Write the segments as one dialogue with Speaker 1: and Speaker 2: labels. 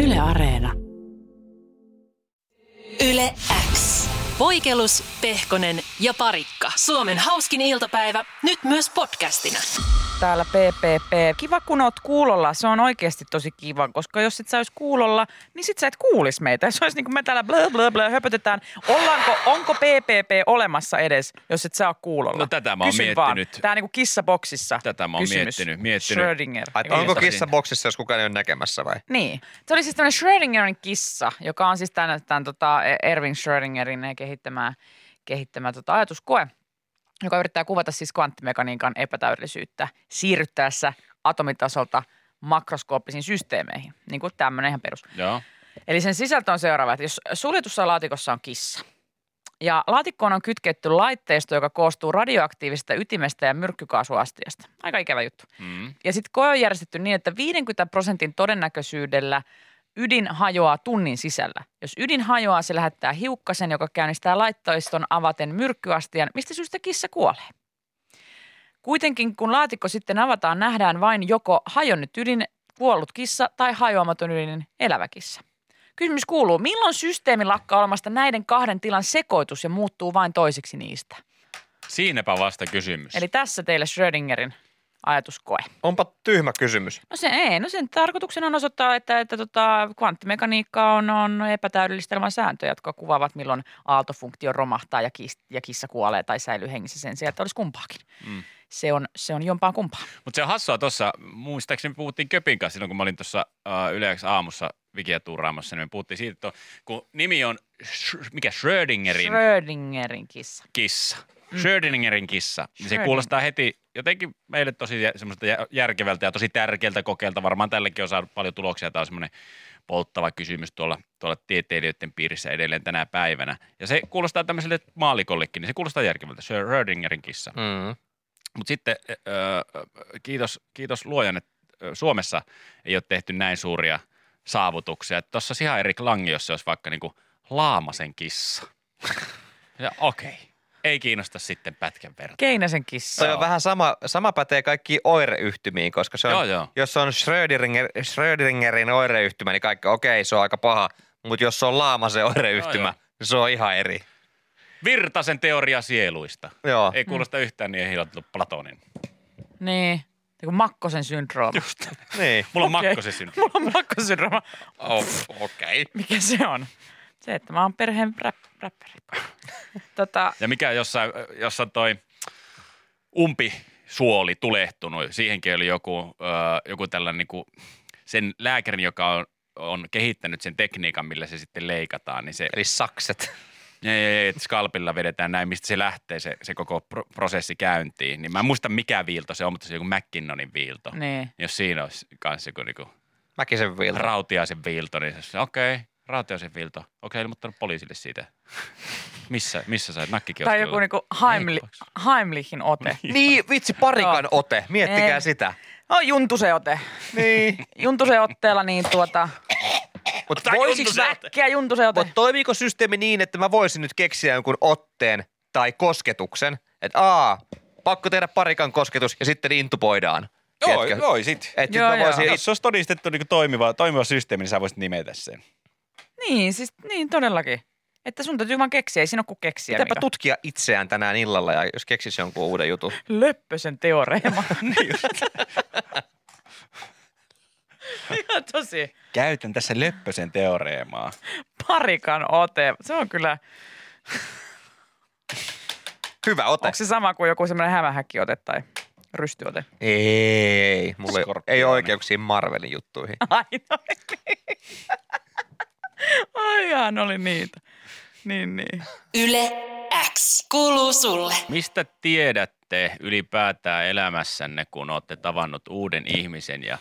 Speaker 1: Yle Areena.
Speaker 2: Yle X. Voikelus, Pehkonen ja Parikka. Suomen hauskin iltapäivä, nyt myös podcastina.
Speaker 3: täällä PPP. Kiva kun oot kuulolla, se on oikeasti tosi kiva, koska jos et sä ois kuulolla, niin sit sä et kuulis meitä. Se olisi niin kuin me täällä blö blö blö höpötetään. Ollaanko, onko PPP olemassa edes, jos et sä oo kuulolla?
Speaker 4: No tätä mä oon
Speaker 3: Kysyn Vaan.
Speaker 4: miettinyt.
Speaker 3: Tää on niin kuin kissaboksissa
Speaker 4: Tätä mä oon
Speaker 3: kysymys.
Speaker 4: miettinyt, miettinyt.
Speaker 3: Schrödinger.
Speaker 5: Ai,
Speaker 3: Niin kuin-
Speaker 5: onko
Speaker 4: Niin.
Speaker 5: kissa boksissa, jos kukaan ei ole näkemässä vai?
Speaker 3: Niin. Se oli siis tämmöinen Schrödingerin kissa, joka on siis tämän, tämän tota Erwin Schrödingerin eh, kehittämä, kehittämä tota ajatuskoe, joka yrittää kuvata siis kvanttimekaniikan epätäydellisyyttä siirryttäessä atomitasolta makroskooppisiin systeemeihin. Niin kuin tämmöinen ihan perus.
Speaker 4: Joo.
Speaker 3: Eli sen sisältö on seuraava, että jos suljetussa laatikossa on kissa ja laatikkoon on kytketty laitteisto, joka koostuu radioaktiivisesta ytimestä ja myrkkykaasuastiasta. Aika ikävä juttu.
Speaker 4: Mm.
Speaker 3: Ja sitten koe on järjestetty niin, että 50 prosentin todennäköisyydellä ydin hajoaa tunnin sisällä. Jos ydin hajoaa, se lähettää hiukkasen, joka käynnistää laittoiston avaten myrkkyastian, mistä syystä kissa kuolee. Kuitenkin kun laatikko sitten avataan, nähdään vain joko hajonnut ydin, kuollut kissa tai hajoamaton ydin elävä kissa. Kysymys kuuluu, milloin systeemi lakkaa olemasta näiden kahden tilan sekoitus ja muuttuu vain toisiksi niistä?
Speaker 4: Siinäpä vasta kysymys.
Speaker 3: Eli tässä teille Schrödingerin ajatuskoe.
Speaker 5: Onpa tyhmä kysymys.
Speaker 3: No se ei, no sen tarkoituksena on osoittaa, että, että tota, kvanttimekaniikka on, on epätäydellistä ilman sääntöjä, jotka kuvaavat milloin aaltofunktio romahtaa ja, kis, ja kissa kuolee tai säilyy hengissä sen sijaan, että olisi kumpaakin. Mm.
Speaker 4: Mm.
Speaker 3: Se on, se on jompaan kumpaan.
Speaker 4: Mutta se on hassua tuossa, muistaakseni me puhuttiin Köpin kanssa silloin, kun mä olin tuossa äh, Yle X aamussa Vikiä tuuraamassa, niin me puhuttiin siitä, että kun nimi on, Sch- mikä Schrödingerin
Speaker 3: Schrödingerin kissa.
Speaker 4: kissa. Schrödingerin kissa. Niin se
Speaker 3: Schrödinger.
Speaker 4: kuulostaa heti jotenkin meille tosi jä- semmoista jä- järkevältä ja tosi tärkeältä kokeelta. Varmaan tälläkin on saanut paljon tuloksia. Tämä on semmoinen polttava kysymys tuolla, tuolla tieteilijöiden piirissä edelleen tänä päivänä. Ja se kuulostaa tämmöiselle maalikollekin, niin se kuulostaa järkevältä. Schrödingerin kissa.
Speaker 5: Mm.
Speaker 4: Mutta sitten ö, ö, kiitos, kiitos luojan, että ö, Suomessa ei ole tehty näin suuria saavutuksia. Tuossa ihan eri langi, jos se olisi vaikka niinku laamasen kissa. ja okei, ei kiinnosta sitten pätkän verran.
Speaker 3: Keinäsen kissa.
Speaker 5: Se on vähän sama, sama pätee kaikkiin oireyhtymiin, koska se on,
Speaker 4: Joo, joo.
Speaker 5: jos on Schrödinger, Schrödingerin oireyhtymä, niin kaikki, okei, se on aika paha. Mutta jos se on laamasen oireyhtymä,
Speaker 4: Joo,
Speaker 5: niin se on ihan eri.
Speaker 4: Virtasen teoria sieluista.
Speaker 5: Joo.
Speaker 4: Ei kuulosta yhtään niin ehdotettu Platonin.
Speaker 3: Niin, niin kuin Makkosen syndrooma.
Speaker 4: Just.
Speaker 5: Niin.
Speaker 4: Mulla on
Speaker 3: Okei.
Speaker 4: okay. makkosi sinun.
Speaker 3: Mulla on Makkosen syndrooma.
Speaker 5: Oh, okei.
Speaker 3: Mikä se on? Se, että mä oon perheen rap, rapperi. tota,
Speaker 4: Ja mikä jossain, jossain toi umpi suoli tulehtunut, siihenkin oli joku, ö, joku tällainen niin kuin sen lääkärin, joka on, on kehittänyt sen tekniikan, millä se sitten leikataan, niin se
Speaker 5: Eli sakset.
Speaker 4: ei, ei, ei, että skalpilla vedetään näin, mistä se lähtee se, se koko pro- prosessi käyntiin. Niin mä en muista mikä viilto se on, mutta se on joku McKinnonin viilto. Niin.
Speaker 3: niin.
Speaker 4: Jos siinä olisi kanssa joku niinku
Speaker 5: Mäkisen viilta.
Speaker 4: rautiaisen viilto, niin se olisi, okei, okay, rautiaisen viilto. Okei, okay, ilmoittanut poliisille siitä. missä, missä sait nakkikioskilla?
Speaker 3: Tai joku niinku Heimli,
Speaker 4: Heippas.
Speaker 3: Heimlichin ote.
Speaker 5: niin, vitsi, parikan
Speaker 3: Joo.
Speaker 5: ote. Miettikää
Speaker 3: Ei.
Speaker 5: sitä.
Speaker 3: No Juntusen ote.
Speaker 5: Niin.
Speaker 3: Juntusen otteella niin tuota,
Speaker 5: Mutta
Speaker 4: Tai
Speaker 3: voisiko
Speaker 4: Juntusen ote.
Speaker 3: äkkiä Juntusen ote?
Speaker 5: Mutta toimiiko systeemi niin, että mä voisin nyt keksiä jonkun otteen tai kosketuksen, että aa, pakko tehdä parikan kosketus ja sitten intupoidaan. Tiedätkö?
Speaker 4: joo, sit.
Speaker 5: Et
Speaker 3: Joo,
Speaker 5: joo, mä voisin
Speaker 3: joo.
Speaker 4: Jos se olisi todistettu niin toimiva, toimiva systeemi, niin sä voisit nimetä sen.
Speaker 3: Niin, siis niin todellakin. Että sun täytyy vaan keksiä, ei siinä ole kuin keksiä.
Speaker 5: Pitääpä
Speaker 3: Mika.
Speaker 5: tutkia itseään tänään illalla ja jos keksisi jonkun uuden jutun.
Speaker 3: Löppösen teoreema. Ihan tosi.
Speaker 4: Käytän tässä Löppösen teoreemaa.
Speaker 3: Parikan ote. Se on kyllä,
Speaker 5: Hyvä ote.
Speaker 3: onko se sama kuin joku semmoinen hämähäkkiote tai rystyote?
Speaker 5: Ei, mulla ei- ei
Speaker 4: Skorpioni.
Speaker 5: ole oikeuksia Marvelin juttuihin.
Speaker 3: Ah, Aina Aijaan oli niitä. Niin, niin.
Speaker 2: Yle X. Kuuluu sulle.
Speaker 4: Mistä tiedätte ylipäätään elämässänne, kun olette tavannut uuden ihmisen ja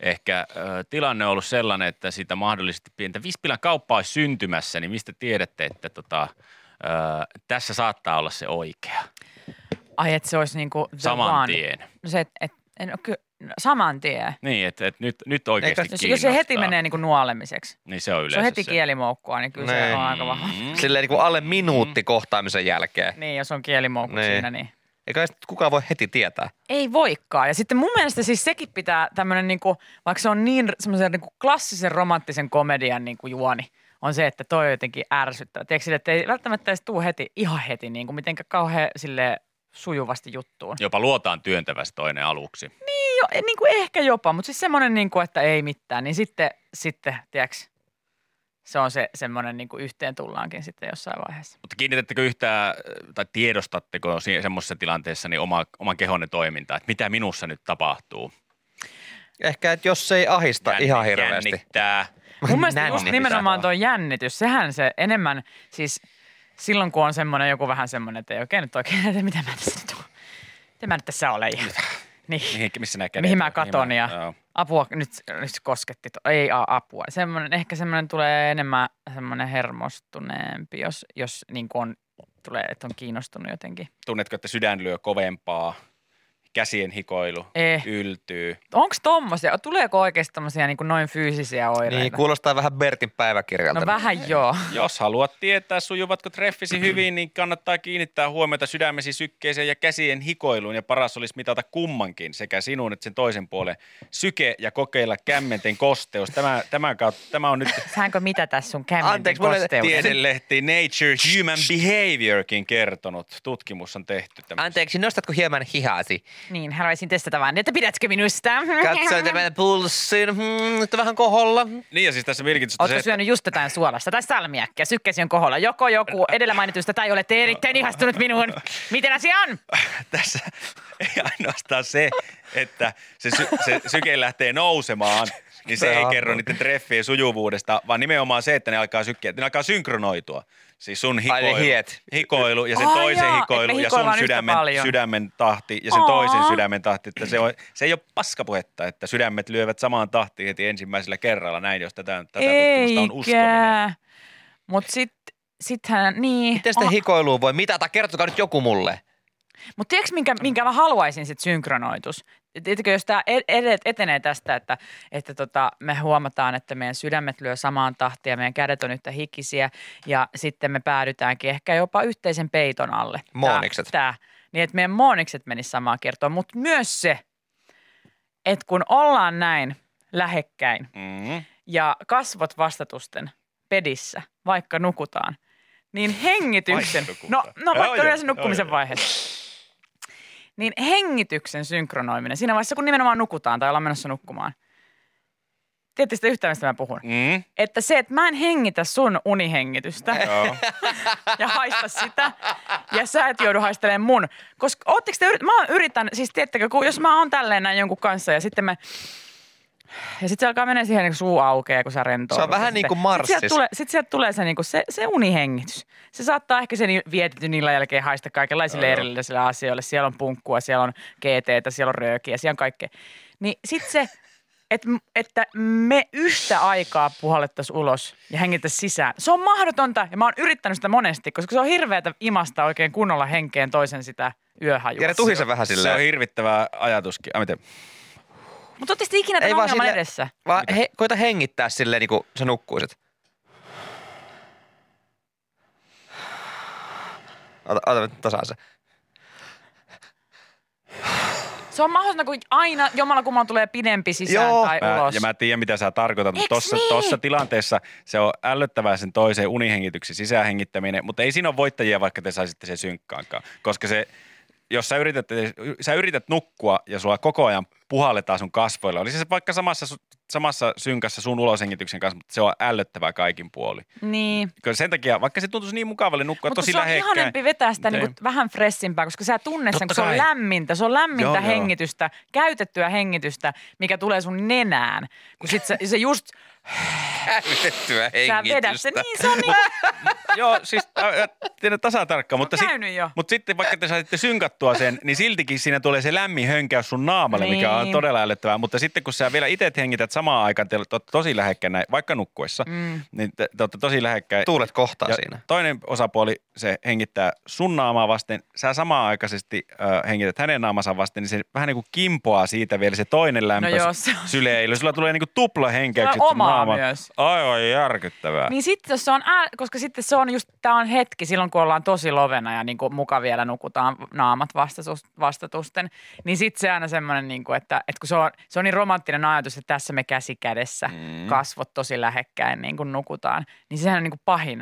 Speaker 4: ehkä ö, tilanne on ollut sellainen, että siitä mahdollisesti pientä vispilän kauppaa olisi syntymässä, niin mistä tiedätte, että tota, ö, tässä saattaa olla se oikea
Speaker 3: Ai, että se olisi niinku the
Speaker 4: saman
Speaker 3: one.
Speaker 4: tien?
Speaker 3: No se, et, et, en, no, ky, no, saman tien.
Speaker 4: Niin, että et nyt, nyt oikeasti
Speaker 5: Eikä-
Speaker 3: Jos,
Speaker 4: kiinnostaa.
Speaker 3: jos se heti menee niinku nuolemiseksi,
Speaker 4: niin se on yleensä
Speaker 3: se on heti kielimoukkua, niin kyllä se
Speaker 5: Niin.
Speaker 3: on aika vahva.
Speaker 4: Mm.
Speaker 5: Silleen niin kuin alle minuutti kohtaamisen jälkeen.
Speaker 3: Niin, jos on kielimoukku
Speaker 5: Niin.
Speaker 3: siinä, niin
Speaker 5: Eikä sitä kukaan voi heti tietää.
Speaker 3: Ei voikaan. Ja sitten mun mielestä siis sekin pitää tämmöinen, niinku, vaikka se on niin semmoisen niinku klassisen romanttisen komedian niinku juoni, on se, että toi on jotenkin ärsyttävä. Tiedätkö sille, että ei välttämättä edes tuu heti, ihan heti, niinku, mitenkään kauhean sille sujuvasti juttuun.
Speaker 4: Jopa luotaan työntävästi toinen aluksi.
Speaker 3: Jo, niinku ehkä jopa, mutta siis semmoinen, niinku, että ei mitään, niin sitten, sitten tiedätkö, se on se semmoinen niinku yhteen tullaankin sitten jossain vaiheessa.
Speaker 4: Mutta kiinnitättekö yhtään tai tiedostatteko si- semmoisessa tilanteessa niin oma, oman kehonne toimintaa, että mitä minussa nyt tapahtuu?
Speaker 5: Ehkä, että jos se ei ahista
Speaker 4: Jänni-
Speaker 5: ihan hirveästi.
Speaker 4: Jännittää.
Speaker 3: Mun mielestä
Speaker 5: Näin
Speaker 3: just
Speaker 5: pitää
Speaker 3: nimenomaan
Speaker 5: olla.
Speaker 3: tuo jännitys, sehän se enemmän, siis silloin kun on semmoinen joku vähän semmoinen, että ei oikein nyt oikein, että mitä mä tässä nyt oon. Mitä mä nyt tässä olen ja niin,
Speaker 4: Mihin, missä nämä kädet
Speaker 3: mihin mä
Speaker 4: on?
Speaker 3: katon
Speaker 4: Mihin
Speaker 3: ja
Speaker 4: mä- joo.
Speaker 3: apua, nyt, nyt kosketti, to- ei a, apua. Semmoinen, ehkä semmoinen tulee enemmän semmoinen hermostuneempi, jos, jos niin kuin on, tulee, että on kiinnostunut jotenkin.
Speaker 4: Tunnetko, että sydän lyö kovempaa, käsien hikoilu,
Speaker 3: Eh.
Speaker 4: yltyy?
Speaker 3: Onko tommosia, tuleeko oikeasti tommosia niin kuin noin fyysisiä oireita?
Speaker 5: Niin, kuulostaa vähän Bertin päiväkirjalta.
Speaker 3: no vähän joo.
Speaker 4: Jos haluat tietää, sujuvatko treffisi hyvin, niin kannattaa kiinnittää huomiota sydämesi sykkeeseen ja käsien hikoiluun. Ja paras olisi mitata kummankin, sekä sinun että sen toisen puolen syke ja kokeilla kämmenten kosteus. Tämä, tämä, kautta, tämä on nyt
Speaker 3: Säänkö mitä tässä sun kämmenten
Speaker 5: Anteeksi, mulla ei-
Speaker 3: kosteudesta?
Speaker 4: tiedelehti Nature Human Behaviorkin kertonut. Tutkimus on tehty tämä.
Speaker 5: Anteeksi, nostatko hieman hihasi?
Speaker 3: Niin, haluaisin testata vaan, että pidätkö minusta?
Speaker 5: Katsoin tämän pulssin, hmm, nyt on vähän koholla.
Speaker 4: Niin ja siis tässä merkitystä se,
Speaker 3: Oletko
Speaker 4: että
Speaker 3: syönyt just jotain suolasta tai salmiakkia? Sykkäsi on koholla. Joko joku edellä mainitusta tai olette erittäin ihastunut minuun. Miten asia on?
Speaker 4: tässä ei ainoastaan se, että se, sy- se syke lähtee nousemaan, niin se ei
Speaker 5: Tämä on-
Speaker 4: kerro niiden treffien sujuvuudesta, vaan nimenomaan se, että ne alkaa sykkeä, ne alkaa synkronoitua. Siis sun
Speaker 5: Ai ne
Speaker 4: hikoilu,
Speaker 5: hiet.
Speaker 4: hikoilu ja sen
Speaker 3: Ai
Speaker 4: toisen
Speaker 3: jaa, että
Speaker 4: hikoilu
Speaker 3: me
Speaker 4: ja sun
Speaker 3: hikoillaan yhtä
Speaker 4: sydämen,
Speaker 3: paljon.
Speaker 4: sydämen tahti ja sen
Speaker 3: Aa.
Speaker 4: toisen sydämen tahti. Että se, on, se ei ole paskapuhetta, että sydämet lyövät samaan tahtiin heti ensimmäisellä kerralla näin, jos tätä, tätä tutkimusta on uskominen.
Speaker 3: Mutta sitten Sittenhän, niin.
Speaker 5: Miten sitä hikoilua voi mitata? Kertokaa nyt joku mulle.
Speaker 3: Mutta tiedätkö, minkä, minkä mä haluaisin sitten synkronoitus? Tiedätkö, jos tämä etenee tästä, että, että tota, me huomataan, että meidän sydämet lyö samaan tahtiin ja meidän kädet on yhtä hikisiä ja sitten me päädytäänkin ehkä jopa yhteisen peiton alle. Tää-
Speaker 5: Moonikset.
Speaker 3: Tää, niin, että meidän moonikset menis samaan kertoon, mutta myös se, että kun ollaan näin lähekkäin
Speaker 4: Mm.
Speaker 3: ja kasvot vastatusten pedissä, vaikka nukutaan, niin hengityksen,
Speaker 4: Vaikka
Speaker 3: no,
Speaker 4: nukutaan.
Speaker 3: no
Speaker 4: Joo,
Speaker 3: vaikka
Speaker 4: joo,
Speaker 3: yleensä
Speaker 4: joo,
Speaker 3: nukkumisen
Speaker 4: joo.
Speaker 3: vaiheessa, niin hengityksen synkronoiminen, siinä vaiheessa kun nimenomaan nukutaan tai ollaan menossa nukkumaan, tiedätte sitä yhtään, mistä mä puhun,
Speaker 4: Mm.
Speaker 3: että se, että mä en hengitä sun unihengitystä
Speaker 4: Joo.
Speaker 3: ja haista sitä, ja sä et joudu haistelemaan mun. Koska ootteko te, yrit- mä yritän, siis tiedättekö, kun jos mä oon tälleen näin jonkun kanssa ja sitten mä, ja sitten se alkaa mennä siihen, niin kuin suu aukeaa, kun sä rentoudut.
Speaker 5: Se on vähän
Speaker 3: Ja
Speaker 5: niin
Speaker 3: sitten-
Speaker 5: kuin Marsissa.
Speaker 3: Sitten sieltä tulee, sit sieltä tulee se, niin kuin se, se unihengitys. Se saattaa ehkä sen vietetyn illan jälkeen haista kaikenlaisille
Speaker 4: Joo, joo.
Speaker 3: erilaisille asioille. Siellä on punkkua, siellä on GTtä, siellä on röökiä, siellä on kaikkea. Niin sitten se, et, että me yhtä aikaa puhallettaisiin ulos ja hengittäisiin sisään. Se on mahdotonta ja mä oon yrittänyt sitä monesti, koska se on hirveätä imasta oikein kunnolla henkeen toisen sitä yöhajua.
Speaker 5: Jere, tuhise vähän
Speaker 4: Se on
Speaker 5: silleen.
Speaker 4: hirvittävä ajatuskin. Ai, miten?
Speaker 3: Mutta ootteko te ikinä tämän ongelman
Speaker 5: silleen-
Speaker 3: edessä?
Speaker 5: Vaan he, koita hengittää silleen, niin kuin sä nukkuisit. Ota, ota nyt tasaan se.
Speaker 3: Se on mahdollista, kun aina jomalla kummalla tulee pidempi sisään
Speaker 5: Joo.
Speaker 3: tai
Speaker 4: Mä,
Speaker 3: ulos.
Speaker 4: ja mä tiedän, mitä sä tarkoitat, mutta
Speaker 3: Eiks
Speaker 4: tossa,
Speaker 3: niin?
Speaker 4: tossa tilanteessa se on ällöttävää sen toiseen unihengityksen sisäänhengittäminen, mutta ei siinä ole voittajia, vaikka te saisitte sen synkkaankaan, koska se, jos sä yrität, sä yrität nukkua ja sulla koko ajan puhalletaan sun kasvoilla, oli se vaikka samassa, su- samassa synkassa sun uloshengityksen kanssa, mutta se on ällöttävää kaikin puoli.
Speaker 3: Niin.
Speaker 4: Kyllä sen takia, vaikka se tuntuisi niin mukavalle nukkua
Speaker 3: Mutta
Speaker 4: tosi
Speaker 3: se on
Speaker 4: lähekkäin.
Speaker 3: ihanempi vetää sitä
Speaker 4: Niin.
Speaker 3: niinku vähän fressimpää, koska sä tunnet sen,
Speaker 4: Totta
Speaker 3: kun se on
Speaker 4: kai.
Speaker 3: lämmintä. Se on lämmintä
Speaker 4: Joo, joo.
Speaker 3: hengitystä, käytettyä hengitystä, mikä tulee sun nenään. Kun sit se, se just,
Speaker 5: Käytettyä
Speaker 3: sä vedät
Speaker 5: hengitystä.
Speaker 3: sen, niin se on niin,
Speaker 4: Joo, siis ä, ä, tiedän tasan tarkkaan, mutta, sit,
Speaker 3: käynyt jo.
Speaker 4: mutta sitten vaikka te saisitte synkattua sen, niin siltikin siinä tulee se lämmin hönkäys sun naamalle, mikä on
Speaker 3: Niin.
Speaker 4: todella älyttävää. Mutta sitten kun sä vielä itse hengität samaan aikaan, te olette tosi lähekkäin, näin, vaikka nukkuessa,
Speaker 3: Mm.
Speaker 4: niin te, te olette tosi lähekkäin.
Speaker 5: Tuulet kohtaa
Speaker 4: ja
Speaker 5: siinä.
Speaker 4: toinen osapuoli, se hengittää sun naamaa vasten, sä samaan aikaisesti ö, hengität hänen naamansa vasten, niin se vähän niin kuin kimpoaa siitä vielä se toinen lämpö,
Speaker 3: No joo, se on-
Speaker 4: syleily. Sulla tulee niin kuin tupla henkäykset
Speaker 3: Tulee
Speaker 4: sun
Speaker 3: omaa
Speaker 4: naamaan.
Speaker 3: myös.
Speaker 4: Aivan järkyttävää.
Speaker 3: Niin sitten se on, ää, koska sitten se on just, tämä on hetki silloin, kun ollaan tosi lovena ja niin kuin muka vielä nukutaan naamat vastatus, vastatusten, niin sitten se aina semmoinen, niin kuin, että, että kun se on, se on niin romanttinen ajatus, että tässä me käsi kädessä, mm. kasvot tosi lähekkäin niin kuin nukutaan, niin sehän on niin kuin pahin.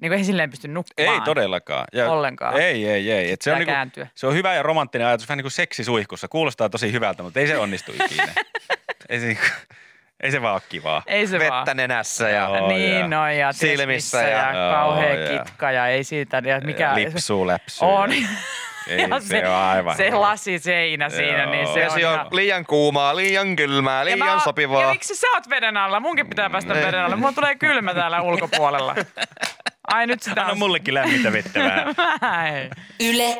Speaker 3: Niin kuin ei silleen pysty
Speaker 4: Ei
Speaker 3: nukkumaan.
Speaker 4: todellakaan. Ja
Speaker 3: Ollenkaan.
Speaker 4: Ei, ei, ei. Et se,
Speaker 3: Pitää
Speaker 4: on niinku,
Speaker 3: kääntyä.
Speaker 4: se on hyvä ja romanttinen ajatus, vähän niin kuin seksi suihkussa. Kuulostaa tosi hyvältä, mutta ei se onnistu ikinä. ei, se, niinku- ei se vaan ole kivaa.
Speaker 3: Ei se vaan.
Speaker 5: Vettä nenässä ja
Speaker 4: Joo.
Speaker 3: niin,
Speaker 4: ja
Speaker 3: no ja
Speaker 5: silmissä
Speaker 3: silmissä ja,
Speaker 5: ja-
Speaker 3: ja kauhea
Speaker 4: joo, ja-
Speaker 3: kitka ja ei siitä, ja mikä
Speaker 4: Ja Lipsuu, läpsyy.
Speaker 3: on.
Speaker 4: Ei,
Speaker 3: ja
Speaker 4: se, on aivan.
Speaker 3: se lasiseinä siinä, niin se on,
Speaker 5: Vesi on
Speaker 3: ihan-
Speaker 5: liian kuumaa, liian kylmää,
Speaker 3: Ja mä
Speaker 5: liian
Speaker 3: oon- Ja
Speaker 5: sopivaa.
Speaker 3: miksi sä oot veden alla? Munkin pitää päästä
Speaker 5: Mm, ei.
Speaker 3: veden alla. Mulla tulee kylmä täällä ulkopuolella. Ai nyt sitä
Speaker 4: Anna mullekin lämmintä vettä vähän.
Speaker 3: Ai.
Speaker 2: Yle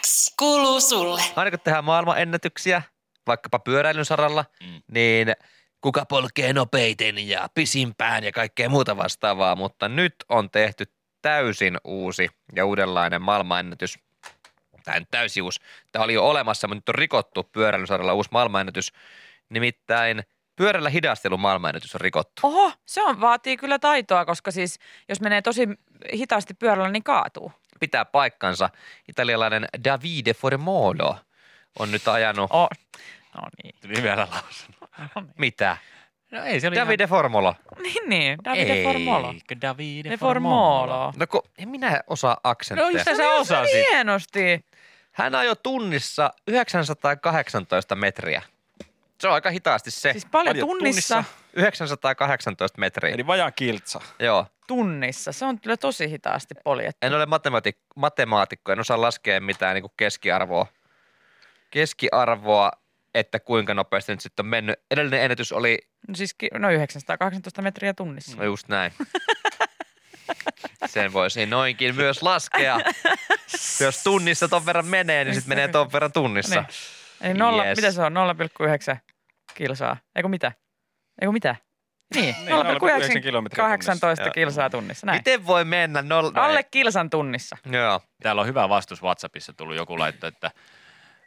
Speaker 2: X kuuluu sulle.
Speaker 5: Aina kun tehdään maailmanennätyksiä, vaikkapa pyöräilyn saralla,
Speaker 6: Mm.
Speaker 5: niin kuka polkee nopeiten ja pisimpään ja kaikkea muuta vastaavaa, mutta nyt on tehty täysin uusi ja uudenlainen maailmanennätys. Tämä on täysi uusi. Tämä oli jo olemassa, mutta nyt on rikottu pyöräilyn saralla uusi maailmanennätys. Nimittäin pyörällä hidastelun maailmanennätys on rikottu.
Speaker 3: Oho, se on, vaatii kyllä taitoa, koska siis jos menee tosi hitaasti pyörällä, niin kaatuu.
Speaker 5: Pitää paikkansa. Italialainen Davide Formodo on nyt ajanut.
Speaker 3: Oh. No niin.
Speaker 6: Tuli vielä lausun.
Speaker 5: Mitä?
Speaker 6: No ei, se oli
Speaker 5: Davide Formola.
Speaker 3: Niin, niin. Davide Formolo.
Speaker 6: Eikö Davide
Speaker 3: De Formolo.
Speaker 5: No kun en minä osaa
Speaker 6: No
Speaker 5: aksentteja.
Speaker 6: just sä osasit.
Speaker 3: Hienosti.
Speaker 5: Hän ajoi tunnissa 918 metriä. Se on aika hitaasti se.
Speaker 3: Siis paljon
Speaker 4: Paljon
Speaker 3: tunnissa.
Speaker 5: 918 metriä.
Speaker 4: Eli vajaa kiltsa.
Speaker 5: Joo.
Speaker 3: Tunnissa. Se on kyllä tosi hitaasti poljettu.
Speaker 5: En ole matemaatik- matemaatikko, en osaa laskea mitään niin keskiarvoa. Keskiarvoa, että kuinka nopeasti nyt sitten on mennyt. Edellinen ennätys oli,
Speaker 3: No siis ki- no 918 metriä tunnissa.
Speaker 5: no just näin. Sen voisi noinkin myös laskea. Jos tunnissa ton verran menee, niin sitten menee ton verran tunnissa.
Speaker 3: Niin. Eli nolla,
Speaker 5: Yes.
Speaker 3: yes. mitä se on? 0,9 kilsaa. Eikö mitä? Eikö mitä? Niin,
Speaker 4: Niin, 0,9
Speaker 3: 0,9
Speaker 4: kilometriä tunnissa.
Speaker 3: 18
Speaker 5: Joo.
Speaker 3: kilsaa tunnissa. Näin.
Speaker 5: Miten voi mennä nolla?
Speaker 3: Alle kilsan tunnissa.
Speaker 5: Joo.
Speaker 6: Täällä on hyvä vastus WhatsAppissa tullut joku laitto, että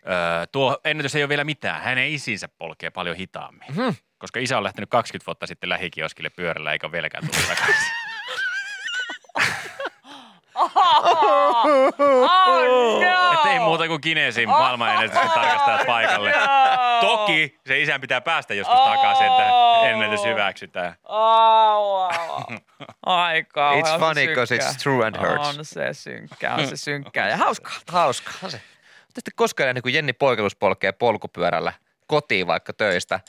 Speaker 6: öö, tuo ennätys ei ole vielä mitään. Hänen isinsä polkee paljon hitaammin.
Speaker 5: Mhm.
Speaker 6: Koska isä on lähtenyt 20 vuotta sitten lähikioskille pyörällä eikä ole vieläkään tullut takaisin.
Speaker 3: Oh, oh no!
Speaker 6: Että ei muuta kuin Kinesin maailmanennätyksen tarkastajat paikalle.
Speaker 3: no.
Speaker 6: Toki se isän pitää päästä joskus
Speaker 3: Oh.
Speaker 6: takaisin, että ennätys hyväksytään.
Speaker 3: Oh, wow. Ai kauhean,
Speaker 5: It's
Speaker 3: on se
Speaker 5: funny 'cause
Speaker 3: synkkää.
Speaker 5: it's true and hurts.
Speaker 3: On se synkkää, on se synkkää ja hauskaa.
Speaker 5: Hauskaa se. Tästä koskaan nähnyt, kun niin Jenni Poikelus polkee polkupyörällä kotiin vaikka töistä.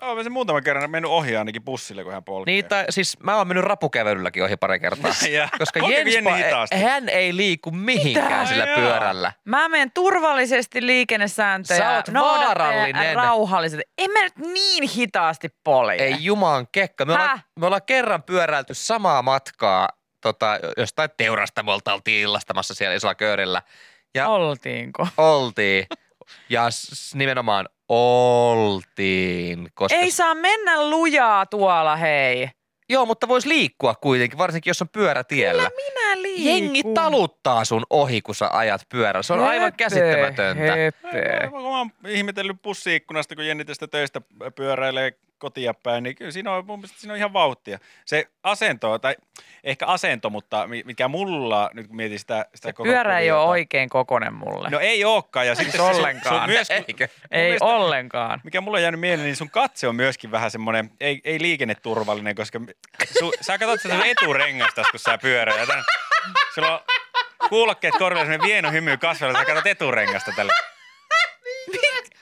Speaker 4: Olen se muutaman kerran mennyt ohi ainakin bussille, kun hän polkee.
Speaker 5: Niin, tai, siis mä oon mennyt rapukävelylläkin ohi pari kertaa.
Speaker 4: Ja-
Speaker 5: Koska
Speaker 4: Polkeeko
Speaker 5: Jens,
Speaker 4: Jenni
Speaker 5: pa-
Speaker 4: hitaasti?
Speaker 5: hän ei liiku mihinkään
Speaker 4: Mitä?
Speaker 5: sillä
Speaker 4: Jaa.
Speaker 5: pyörällä.
Speaker 3: Mä menen turvallisesti liikennesääntöjä.
Speaker 5: Sä oot
Speaker 3: noudattaen
Speaker 5: vaarallinen.
Speaker 3: Rauhallisesti. En mä nyt niin hitaasti polje.
Speaker 5: Ei juman kekka. Me
Speaker 3: Häh?
Speaker 5: ollaan, me ollaan kerran pyöräilty samaa matkaa tota, jostain teurastamolta oltiin illastamassa siellä isolla köyrillä. Ja
Speaker 3: Oltiinko?
Speaker 5: oltiin. Ja s- nimenomaan oltiin. Koska
Speaker 3: Ei saa mennä lujaa tuolla, hei.
Speaker 5: Joo, mutta voisi liikkua kuitenkin, varsinkin jos on pyörätiellä.
Speaker 3: Minä liikun.
Speaker 5: Jengi taluttaa sun ohi, kun sä ajat pyörällä. Se on aivan
Speaker 3: Höpö,
Speaker 5: käsittämätöntä.
Speaker 4: Mä
Speaker 3: höpö.
Speaker 4: oon ihmetellyt bussiikkunasta, kun Jenni tästä töistä pyöräilee kotia päin, niin kyllä siinä on, mun mielestä siinä on ihan vauhtia. Se asento, tai ehkä asento, mutta mi- mikä mulla, nyt kun mietin sitä, sitä koko
Speaker 3: Pyörä ei
Speaker 4: kuviota-
Speaker 3: ole oikein kokonen mulle.
Speaker 4: No ei ookaan. Ja sitten
Speaker 3: ollenkaan.
Speaker 4: Sun, sun myös,
Speaker 5: Eikö?
Speaker 3: ei
Speaker 4: mielestä-
Speaker 3: ollenkaan.
Speaker 4: mikä mulla on jäänyt mieleen, niin sun katse on myöskin vähän semmoinen, ei, ei liikenneturvallinen, koska su, sä katsot sitä sun eturengasta, kun sä pyöräilet. Tän- Sulla on kuulokkeet korvilla, semmoinen vieno hymy kasvella, sä katsot eturengasta tällä.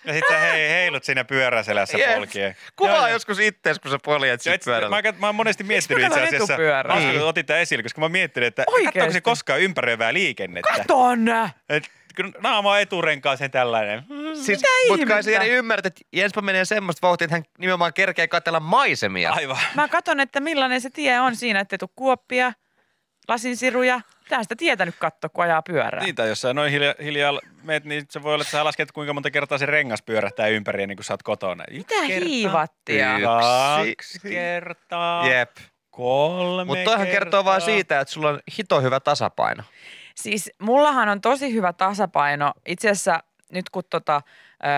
Speaker 4: Ja sit sä hei, heilut siinä pyöräselässä
Speaker 5: Jep.
Speaker 4: polkien.
Speaker 5: Kuvaa
Speaker 4: Joo, joo.
Speaker 5: joskus ittees, kun sä poljet
Speaker 4: Ja
Speaker 5: sit
Speaker 4: itse-
Speaker 5: pyörällä.
Speaker 4: Mä, oon- mä oon monesti miettinyt
Speaker 3: mä
Speaker 4: itse
Speaker 3: katson
Speaker 4: asiassa,
Speaker 3: etupyörää?
Speaker 4: hauska,
Speaker 5: Niin.
Speaker 4: kun otit tämän esille, koska mä miettelen, että
Speaker 3: Oikeesti?
Speaker 4: katsoiko se koskaan ympäröivää liikennettä.
Speaker 3: Katon!
Speaker 4: Et, kun naama on eturenkaaseen tällainen. Mm,
Speaker 5: Siis, mutta
Speaker 3: ihmettä?
Speaker 5: kai sä Jere ymmärrät, että Jenspa menee semmoista vauhtia, että hän nimenomaan kerkee katsella maisemia.
Speaker 4: Aivan.
Speaker 3: Mä katon, että millainen se tie on siinä, ettei tuu kuoppia, lasinsiruja. Tää sitä tietä nyt katto, kun ajaa pyörää.
Speaker 4: Niin, tai jos sä noin hiljaa, hiljaa meet, niin se voi olla, että sä lasket, kuinka monta kertaa se rengas pyörähtää ympäri ennen kuin sä oot kotona. Yksi
Speaker 3: Mitä hiivattia?
Speaker 5: Yksi.
Speaker 4: Kaksi kertaa.
Speaker 5: Jep.
Speaker 4: Kolme
Speaker 5: Mutta toihan
Speaker 4: kertaa.
Speaker 5: kertoo vaan siitä, että sulla on hito hyvä tasapaino.
Speaker 3: Siis mullahan on tosi hyvä tasapaino. Itse asiassa nyt kun tota, öö,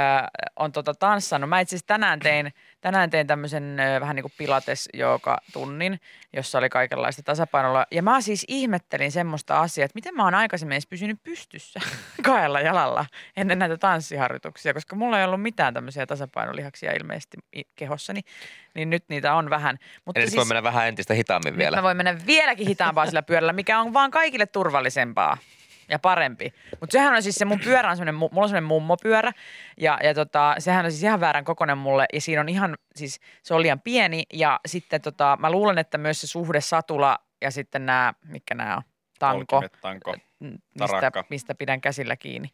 Speaker 3: on tota tanssanut. Mä itse asiassa tänään tein, tänään tein tämmöisen öö, vähän niin kuin pilates joka tunnin, jossa oli kaikenlaista tasapainolla. Ja mä siis ihmettelin semmoista asiaa, että miten mä oon aikaisemmin edes pysynyt pystyssä kahdella jalalla ennen näitä tanssiharjoituksia, koska mulla ei ollut mitään tämmöisiä tasapainolihaksia ilmeisesti i- kehossani, niin nyt niitä on vähän. Mutta
Speaker 5: Eli siis... voi mennä vähän entistä hitaammin vielä.
Speaker 3: nyt mä voin mennä vieläkin hitaampaa sillä pyörällä, mikä on vaan kaikille turvallisempaa ja parempi. Mutta sehän on siis se mun pyörä, on semmonen, mu- mulla on semmoinen mummopyörä ja, ja tota, sehän on siis ihan väärän kokoinen mulle ja siinä on ihan, siis se on liian pieni ja sitten tota, mä luulen, että myös se suhde satula ja sitten nämä, mikä nämä on, tanko,
Speaker 1: Polkimet, tanko.
Speaker 3: n- mistä,
Speaker 1: Tarakka.
Speaker 3: mistä pidän käsillä kiinni,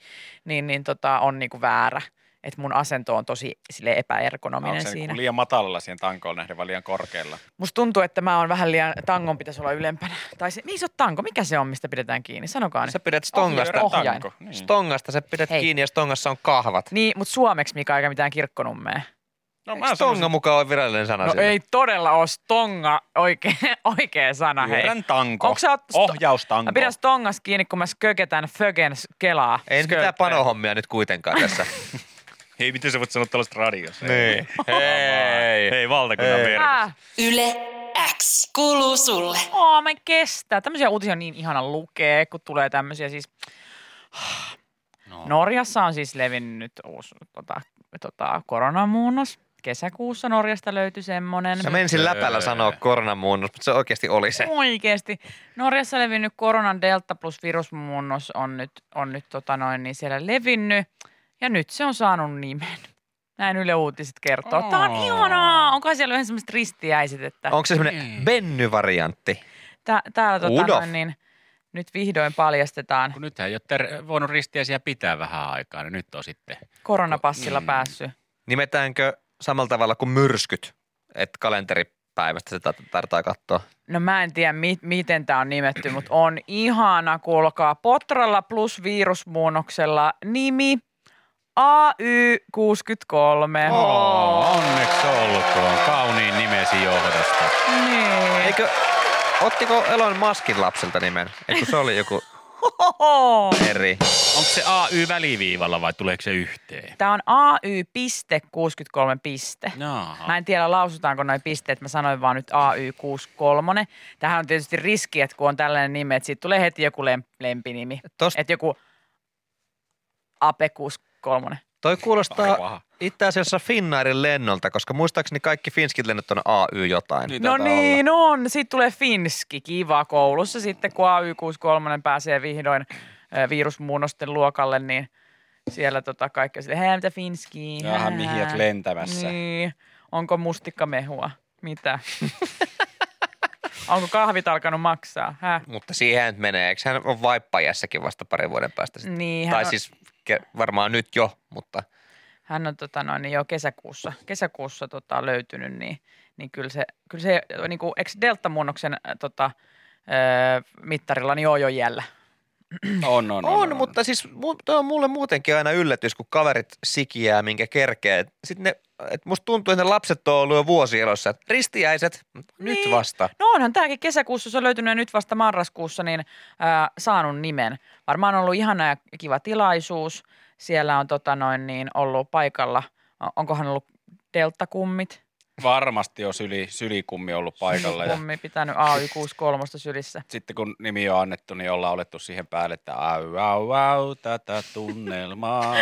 Speaker 3: niin, niin tota, on niinku väärä. Että mun asento on tosi sille
Speaker 1: Onko
Speaker 3: epäergonominen
Speaker 1: se
Speaker 3: siinä.
Speaker 1: niinku liian matalalla siihen tankoon nähden vai liian korkealla?
Speaker 3: Musta tuntuu, että mä oon vähän liian, tangon pitäisi olla ylempänä. Tai se, ei se ole tanko, mikä se on, mistä pidetään kiinni? Sanokaa nyt.
Speaker 5: Sä pidät stongasta,
Speaker 3: Ohjain.
Speaker 1: Tanko. Niin.
Speaker 5: stongasta sä pidät
Speaker 3: Hei.
Speaker 5: Hei. kiinni ja stongassa on kahvat.
Speaker 3: Niin, mutta suomeksi Mika eikä mitään kirkkonummea.
Speaker 5: Eikö
Speaker 1: No, mä oon
Speaker 5: Stonga
Speaker 1: semmoisen
Speaker 5: mukaan on virallinen sana
Speaker 3: No
Speaker 5: sille?
Speaker 3: ei todella ole stonga oikea, oikea sana, hei.
Speaker 1: pyörän tanko.
Speaker 3: Onko sä oot sto-
Speaker 1: Ohjaustanko.
Speaker 3: Mä pidän stongas kiinni, kun mä sköketän fögen s- kelaa.
Speaker 5: Ei nyt mitään panohommia nyt kuitenkaan tässä.
Speaker 1: Hei, miten sä voit sanoa tällaista radiossa?
Speaker 5: niin. Hei.
Speaker 1: Hei, valtakunnan
Speaker 5: Hei.
Speaker 1: verkossa.
Speaker 3: Ah,
Speaker 2: Yle X. Kuuluu sulle.
Speaker 3: oo, mä en kestä. Tämmöisiä uutisia on niin ihana lukea, kun tulee tämmöisiä siis...
Speaker 1: No.
Speaker 3: Norjassa on siis levinnyt uusi tota, tota, koronamuunnos. Kesäkuussa Norjasta löytyi semmoinen.
Speaker 5: Mä menisin läpällä sanoa koronamuunnos, mutta se oikeasti oli se.
Speaker 3: Oikeesti. Norjassa levinnyt koronan delta plus virusmuunnos on nyt, on nyt tota noin, niin siellä levinnyt. Ja nyt se on saanut nimen. Näin Yle Uutiset kertoo. Oh. Tämä on
Speaker 1: Oh.
Speaker 3: ihanaa. Onko siellä yhden semmoiset ristiäiset, että
Speaker 5: Onko se semmoinen Benny-variantti?
Speaker 3: tä- täällä tota
Speaker 5: Udo.
Speaker 3: noin, niin nyt vihdoin paljastetaan
Speaker 4: Kun nythän ei ole ter- voinut ristiäisiä pitää vähän aikaa, niin nyt on sitten.
Speaker 3: koronapassilla
Speaker 4: Mm.
Speaker 3: päässyt.
Speaker 5: Nimetäänkö samalla tavalla kuin myrskyt? Että kalenteripäivästä se tar- tarvitaan katsoa.
Speaker 3: No mä en tiedä, mi- miten tämä on nimetty, mutta on ihana, kuulkaa. Potralla plus virusmuunnoksella nimi AY63.
Speaker 4: Oh, onneksi olkoon. Kauniin nimesi johdosta.
Speaker 3: Niin.
Speaker 5: Eikö, ottiko Elon Maskin lapselta nimen? Eikö se oli joku
Speaker 3: Oho.
Speaker 5: eri?
Speaker 4: Onko se AY väliviivalla vai tuleeko se yhteen?
Speaker 3: Tämä on AY.63 piste.
Speaker 4: Jaaha.
Speaker 3: Mä en tiedä, lausutaanko noin pisteet. Mä sanoin vaan nyt AY63. Tähän on tietysti riski, että kun on tällainen nimi, että siitä tulee heti joku lem- lempinimi.
Speaker 5: Tosta,
Speaker 3: Että joku Ape63.
Speaker 5: toi
Speaker 1: Aika
Speaker 5: kuulostaa
Speaker 3: No
Speaker 1: paha.
Speaker 5: itse asiassa Finnairin lennolta, koska muistaakseni kaikki finskit lennot on AY jotain.
Speaker 4: Niin
Speaker 3: No
Speaker 4: taitaa
Speaker 3: niin, on. Siitä tulee finski. Kiva koulussa sitten, kun AY63 pääsee vihdoin ö, virusmuunnosten luokalle, niin siellä tota kaikki on silleen, hei mitä finskiä.
Speaker 1: Jaha, mihijät lentämässä.
Speaker 3: Niin. Onko mustikkamehua? Mitä? Onko kahvit alkanut maksaa? Häh?
Speaker 5: Mutta siihen nyt menee. Eikö hän on vaippajässäkin vasta parin vuoden päästä sitten?
Speaker 3: Niin,
Speaker 5: tai
Speaker 3: hän on,
Speaker 5: siis ke- varmaan nyt jo, mutta
Speaker 3: hän on tota noin, niin jo kesäkuussa, kesäkuussa tota, löytynyt, niin, niin kyllä se, kyllä se niin kuin, eikö deltamuunnoksen äh, tota, ö, mittarilla niin on jo jällä?
Speaker 1: On, on, on,
Speaker 5: on, mutta siis mu- toi on mulle muutenkin aina yllätys, kun kaverit sikiää, minkä kerkee. Sitten ne, et musta tuntuu, että ne lapset on ollut jo vuosi elossa. Et Ristiäiset, nyt
Speaker 3: Niin.
Speaker 5: vasta.
Speaker 3: No onhan tämäkin kesäkuussa, se on löytynyt ja nyt vasta marraskuussa, niin ää, saanut nimen. Varmaan on ollut ihana ja kiva tilaisuus. Siellä on tota noin, niin ollut paikalla, o- onkohan ollut deltakummit?
Speaker 1: Varmasti on syli, sylikummi ollut paikalla. Ja
Speaker 3: Kummi pitänyt AY63 sylissä.
Speaker 1: sitten kun nimi on annettu, niin ollaan olettu siihen päälle, että au, au, au, tätä tunnelmaa.